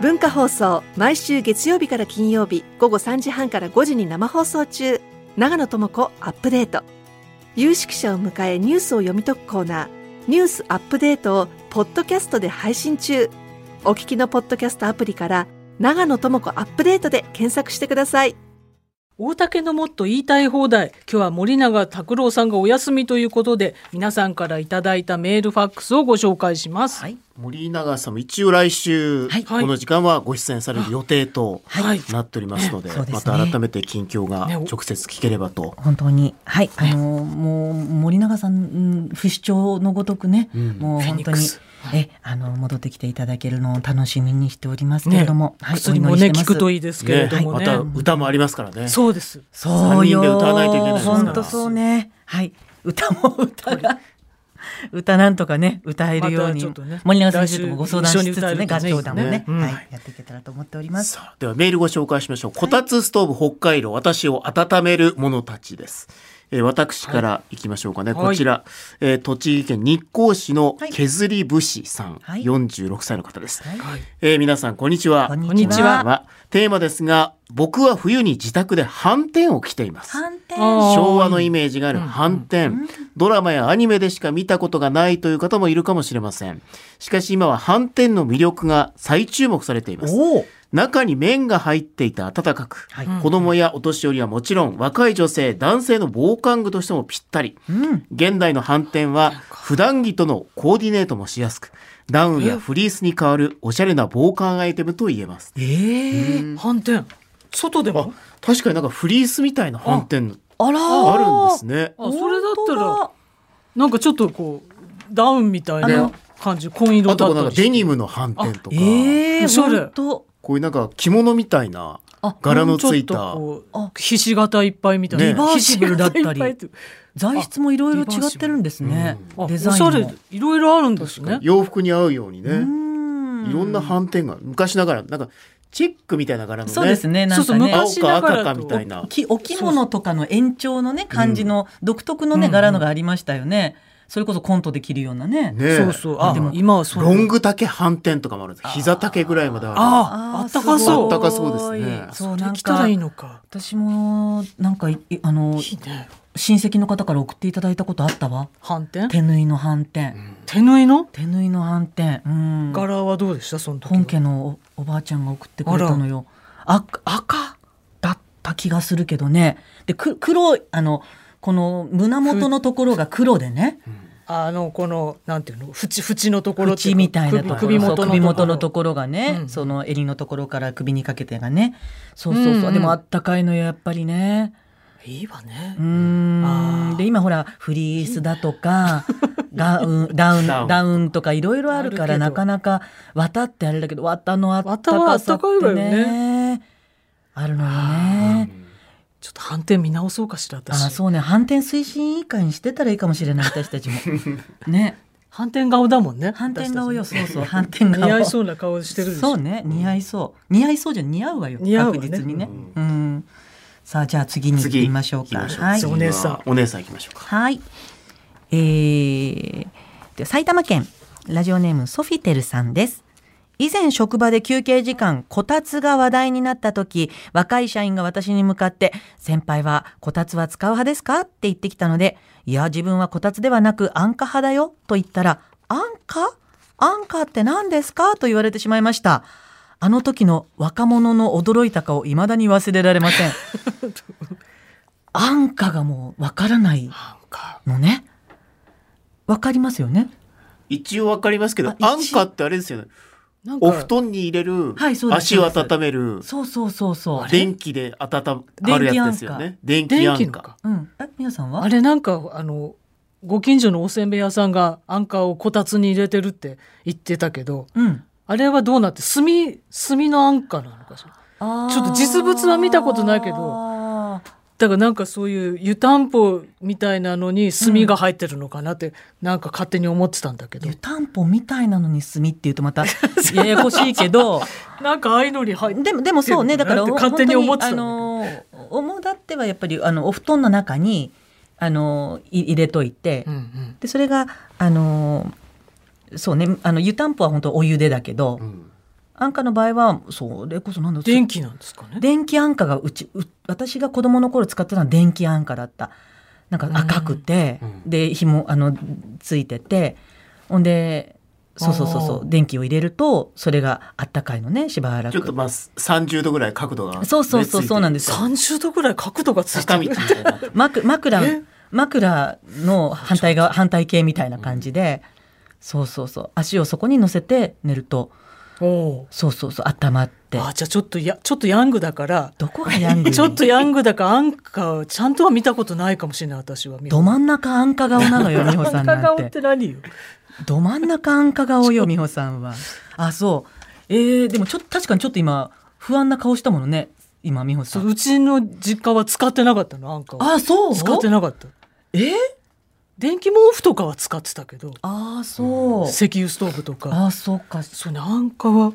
文化放送毎週月曜日から金曜日午後3時半から5時に生放送中長野智子アップデート有識者を迎えニュースを読み解くコーナー「ニュースアップデート」をポッドキャストで配信中お聞きのポッドキャストアプリから「長野智子アップデート」で検索してください大竹のもっと言いたい放題今日は森永卓郎さんがお休みということで皆さんからいただいたメールファックスをご紹介しますはい、森永さんも一応来週、はいこの時間はご出演される予定とはいなっておりますので,、はいそうですねまた改めて近況がねお直接聞ければと、本当に、はい、あの、もう森永さん、うん不死鳥のごとくね、うんもうフェ本ニッ当クにス。え、あの、戻ってきていただけるのを楽しみにしておりますけれども。はい、薬もね聞くとい。いいですけれねどもまねた歌もありますからね。そうですそう三人よ。で歌わないといけないですから本当そうね。はい、歌も歌が。歌なんとかね、歌えるようまたに。ちょっとね森永先生ともご相談しつ来週つ一緒にね、歌合えるとね唱団もねねはい、やっていけたらと思っております。さあではメールご紹介しましょう。こたつストーブ北海道、私を温める者たちです。えー私からいきましょうかね。はいこちら、えー栃木県日光市のはい削り武士さん、はい46歳の方です。はいはいえー皆さん、こんにちは。こんこんににちちはは。テーマですが、僕は冬に自宅で斑点を着ています。反転あー昭和のイメージがある反転、ドラマやアニメでしか見たことがないという方もいるかもしれませんしかし今は反転の魅力が再注目されていますおお。中に麺が入っていて温かく、はい子供やお年寄りはもちろん若い女性男性の防寒具としてもぴったりうん。現代の反転は普段着とのコーディネートもしやすくダウンやフリースに代わるおしゃれな防寒アイテムと言えますええ反転外であも確かになんかフリースみたいな反転あらあるんですねあそれだった本らなんかちょっとこうダウンみたいなね感じ紺色あだとっなんたかりしてデニムの反転と当か、だええおしゃれ本当。こういうなんか着物みたいなあ柄のついた、ちょっとこあうひし形いっぱいみたいな、ねリバーシブルだったひりし形いぱいって材質もいろいろ違ってるんですねあ。デザインおしゃもれ。いろいろあるんですね洋服に合うようにうね、んいろんな反転が昔ながらなんかチェックみたいな柄のねそうですね。なそうんそうかね。青昔かながら赤とかみたいなきお着物とかの延長のね感じの独特のうねん柄のがありましたよね。それこそコントで着るようなね。ねそうそうあでも今はそうロング丈反転とかもあるんです膝丈ぐらいまであるあああったかすごそいうあったかそうですねそそうれなん着たらかいいのか私もなんかいいあのいいね親戚の方から送っていただいたことあったわ。反転手縫いの反転。手縫いの手縫いの反転。うん。柄はどうでしたその時は本家のおおばあちゃんが送ってくれたのよ。あ赤だった気がするけどね。で、く黒い、あの、この胸元のところが黒でね、あのこのなんていうの縁縁のところっていう口かみたいなところ首首元のとこそうろ首元のところがね、うんその襟のところから首にかけてがね。そうそうそう。うんうんでもあったかいのよ、やっぱりね。いいわねうーんあーで今ほらフリースだと かダウンダウンダウンダウンとかいろいろあるかあるけどらなかなか綿ってあれだけど綿のあっ綿たはあかったさっかいわてよねあるのよね。ちょっと反転見直そうかしらあー私そうね反転推進委員会にしてたらいいかもしれない私た ちもね反転顔だもんね反転顔よ私そうそう反転たちね顔似合いそうな顔してるでしょそうね似合いそう似合いそうじゃん似合うわよ似合うわね確実にね、うん、さあじゃあ次に行きましょう行かきましょうはい次お姉さんはお姉さん行きましょうかはい。えー、で埼玉県ラジオネームソフィテルさんです。以前職場で休憩時間、こたつが話題になった時、若い社員が私に向かって、先輩はこたつは使う派ですかって言ってきたので、いや、自分はこたつではなく安価派だよと言ったら、安価安価って何ですかと言われてしまいました。あの時の若者の驚いた顔、未だに忘れられません。安価がもうわからないなんかのね。わかりますよね。一応わかりますけどあ一応アンカってあれですよねなんかお布団に入れる、はいそうです足を温めるそうそうそうそう。電気で温まるやつですよね電気電ア気ンのカかうん。え、皆さんは。あれなんかあのご近所のおせんべい屋さんがアンカーをこたつに入れてるって言ってたけどうん。あれはどうなって炭炭のアンカーなのかしらちちょょっと実物は見たことないけどだからなんかそういう湯たんぽみたいなのに炭が入ってるのかなってなんか勝手に思ってたんだけど、湯たんぽみたいなのに炭って言うと またややこしいけどなんかああいうのに入ってでもでもそうねだかならんて勝手に思ってたんだけど本当にあの主だってはやっぱりあのお布団の中にあのい入れといて、うんうんでそれがあのそうねあの湯たんぽは本当お湯でだけど、うん安価の場合はそれこそなんだ電気なんですかね。 電気安価がうちう私が子供の頃使ってたのは電気安価だったなんか赤くて、うんで紐あのついててほんでそうそうそうそうあー電気を入れるとそれがあったかいのねしばらくちょっとまあ30度ぐらい角度が、そうそうそうそうなんですすよ三十度ぐらい角度がついて坂道る。みたい な枕枕え枕の反対側反対形みたいな感じで、そうそうそう足をそこに乗せて寝るとおおそうそうそう温まってー。あじゃあちょっとやちょっとヤングだから。どこがヤングちょっとヤングだからアンカーちゃんとは見たことないかもしれない私は。ど真ん中あんか顔なのよ美ア穂ンカさんーな顔んってて何よ。ど真ん中あんか顔よ美穂さんは あそうえー、でもちょっと確かにちょっと今不安な顔したものね今美穂さそうんうちの実家は使ってなかったのアンカーは。あそう使ってなかった。えー、電気毛布とかは使ってたけどあーそう、石油ストーブとか。あーそうかそうねアンカーは。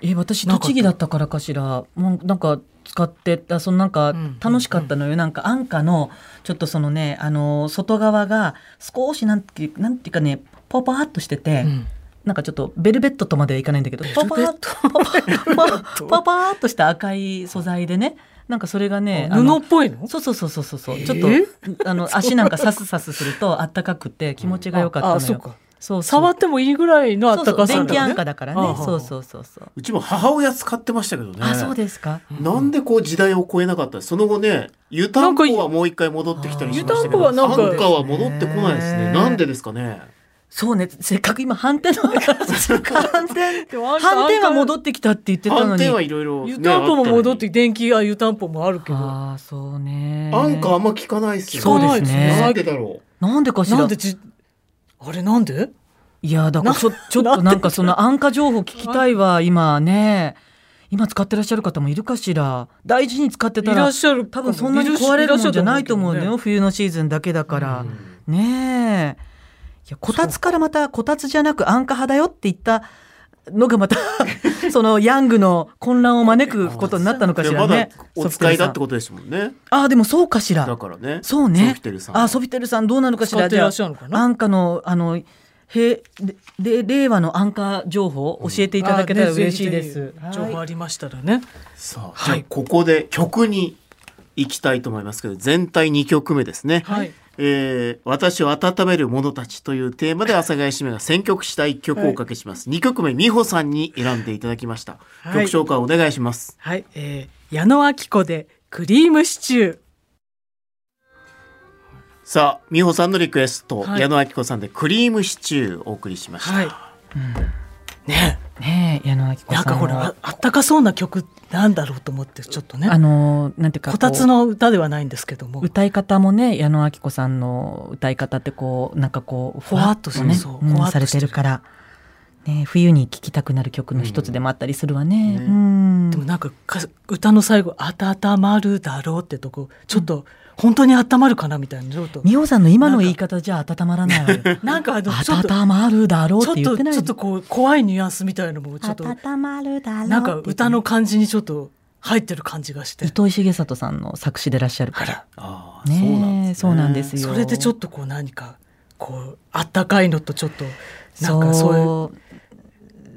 えー私なかった栃木だったからかしらもうなんか使ってたそのなんかうん楽しかったのよ、なんか安価のちょっとそのねあのー外側が少しなんていうなんていうかねポパーっとしてて、うんなんかちょっとベルベットとまではいかないんだけどベルベポットパーっとポパーポパポパーっとした赤い素材でねなんかそれがねあ布のっぽいのそうそうそうそうそうそうえーちょっと、あの足なんかさすさすするとあったかくて気持ちが良かったのよ、ああそうかそうそう触ってもいいぐらいのあったそうかそうさ電気安価だだからあねあそうそうそうそううちも母親使ってましたけどねあそうですかなんでこう時代を超えなかったその後ね湯たんぽはもう一回戻ってきたりしましたけなどんか湯たんぽはなんか安価は戻ってこないですねねなんでですかねそうね、せっかく今反転の話反転でもあんた反転は戻っってきたって言ってたの反に。転はいろいろ湯たんぽも戻ってき電気は湯たんぽもあるけどああ、そうね。安価あんま聞かないですよそうですねなんでだろうなんでかしならんで。じあれなんでいや、だから ちょ、ちょっとなんかその安価情報聞きたいわ、今ね。今使ってらっしゃる方もいるかしら。大事に使っていたらっら、しゃる多分そんなに壊れるもんじゃないと思うのいらっよ。し冬のシーズンだけだから。ねえ。いや、こたつからまた、こたつじゃなく安価派だよって言ったのが また、そのヤングの混乱を招くことになったのかしでらまだね。お使いだってソフこィテルさんとですもんねああ、でもそうかしだら。からねそうソねフィテル。さんあ、ソフィテルさんどうなのかし使っら。てじらゃっしゃるのかあ、な安価の、あの、へ、で、で令和の安価情報教えていただけたらあーね嬉しいでぜす。ひぜひ情報はあいりましたらねさあ、はいじゃあここで曲に行きたいと思いますけど全体2曲目ですね、はいえー私を温める者たち」というテーマで阿佐ヶ谷姉妹が選曲した1曲をおかけします、2曲目美穂さんに選んでいただきました、はい曲紹介お願いしますはいえー矢野明子でクリームシチューさあ美穂さんのリクエスト、はい矢野明子さんで「クリームシチュー」お送りしました、はいねねえ、矢野明子えなさんかんほらあは。あったかそうな曲なんだろうと思ってちょっとねあの、なんていうか。こたうつの歌ではないんですけども歌い方もね矢野明子さんの歌い方ってこうなんかこうふわっとふわねっとしてるそううんふわっとされてるから、ね、冬に聴きたくなる曲の一つでもあったりするわね。ううんんねでもなんかか歌の最後「温まるだろう」ってとこちょっと本当に温まるかなみたいなちょっと美穂さんの今の言い方じゃ温まらないわよ。なんかあのちょっと温まるだろうちょっって言とってないちょっとこう怖いニュアンスみたいのもちょっと温まるだろうなんか歌の感じにちょっと入ってる感じがして糸井重里さんの作詞でいらっしゃるかあら。らああねえそうなんですよそれでちょっとこう何かこうあったかいのとちょっとなんかそういう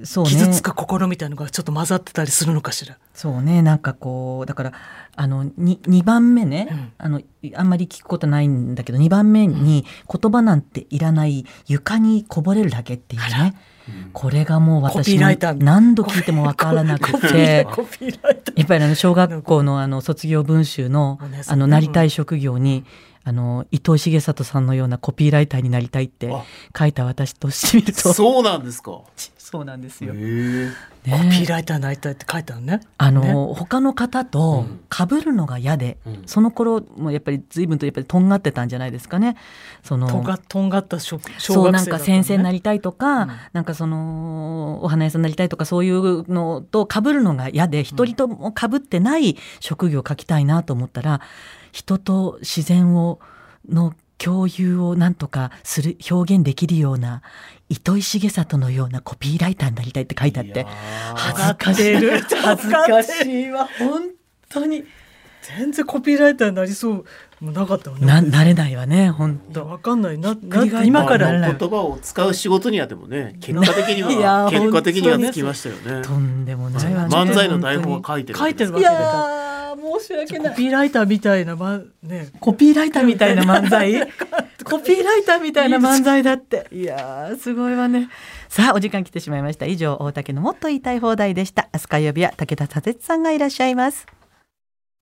うそうね傷つく心みたいのがちょっと混ざってたりするのかしら。そうねなんかこうだからあのに2番目ね、うんあのいあんまり聞くことないんだけど2番目に「言葉なんていらない床にこぼれるだけ」っていうねこれがもうコピ私ーもライター何度聞いてもわからなくコピーてラ。コピーライターやっぱりあの小学校のあの卒業文集のお姉さんあのなりたい職業にあの伊藤重里さんのようなコピーライターになりたいってあ書いた私としてみるとそうなんですかそうなんですへよ。ねえコピーライターになりたいって書いてあるね。あの、ね他の方と被るのが嫌で、うんその頃もやっぱり随分とやっぱりとんがってたんじゃないですかね。そのとがとんがった小小そ学生だうなっんたのかね先生になりたいとか、うんなんかそのお花屋さんになりたいとかそういうのと被るのが嫌で一人とも被ってない職業を書きたいなと思ったら人と自然をの共有をなんとかする表現できるような糸井重里のようなコピーライターになりたいって書いてあっいてや恥ーずかしい恥恥ずずかかししいわ本当に全然コピーライターになりそうもうなかったわねな慣れないわね本いや当わかんないなっくり返っなて今かまらあなあいの言葉を使う仕事にはでもね結果的にいやはー結果的には本当につきましたよねとんでもないわね漫才の台本は書いてるわ書けいてでするかわけだかやー申し訳らコピーライターみたいなまねコピーライターみた いな漫才コピーライターみたいな漫才だっていやーすごいわねさあお時間来てしまいました以上大竹のもっと言いたい放題でした明日火曜日は武田佐哲さんがいらっしゃいます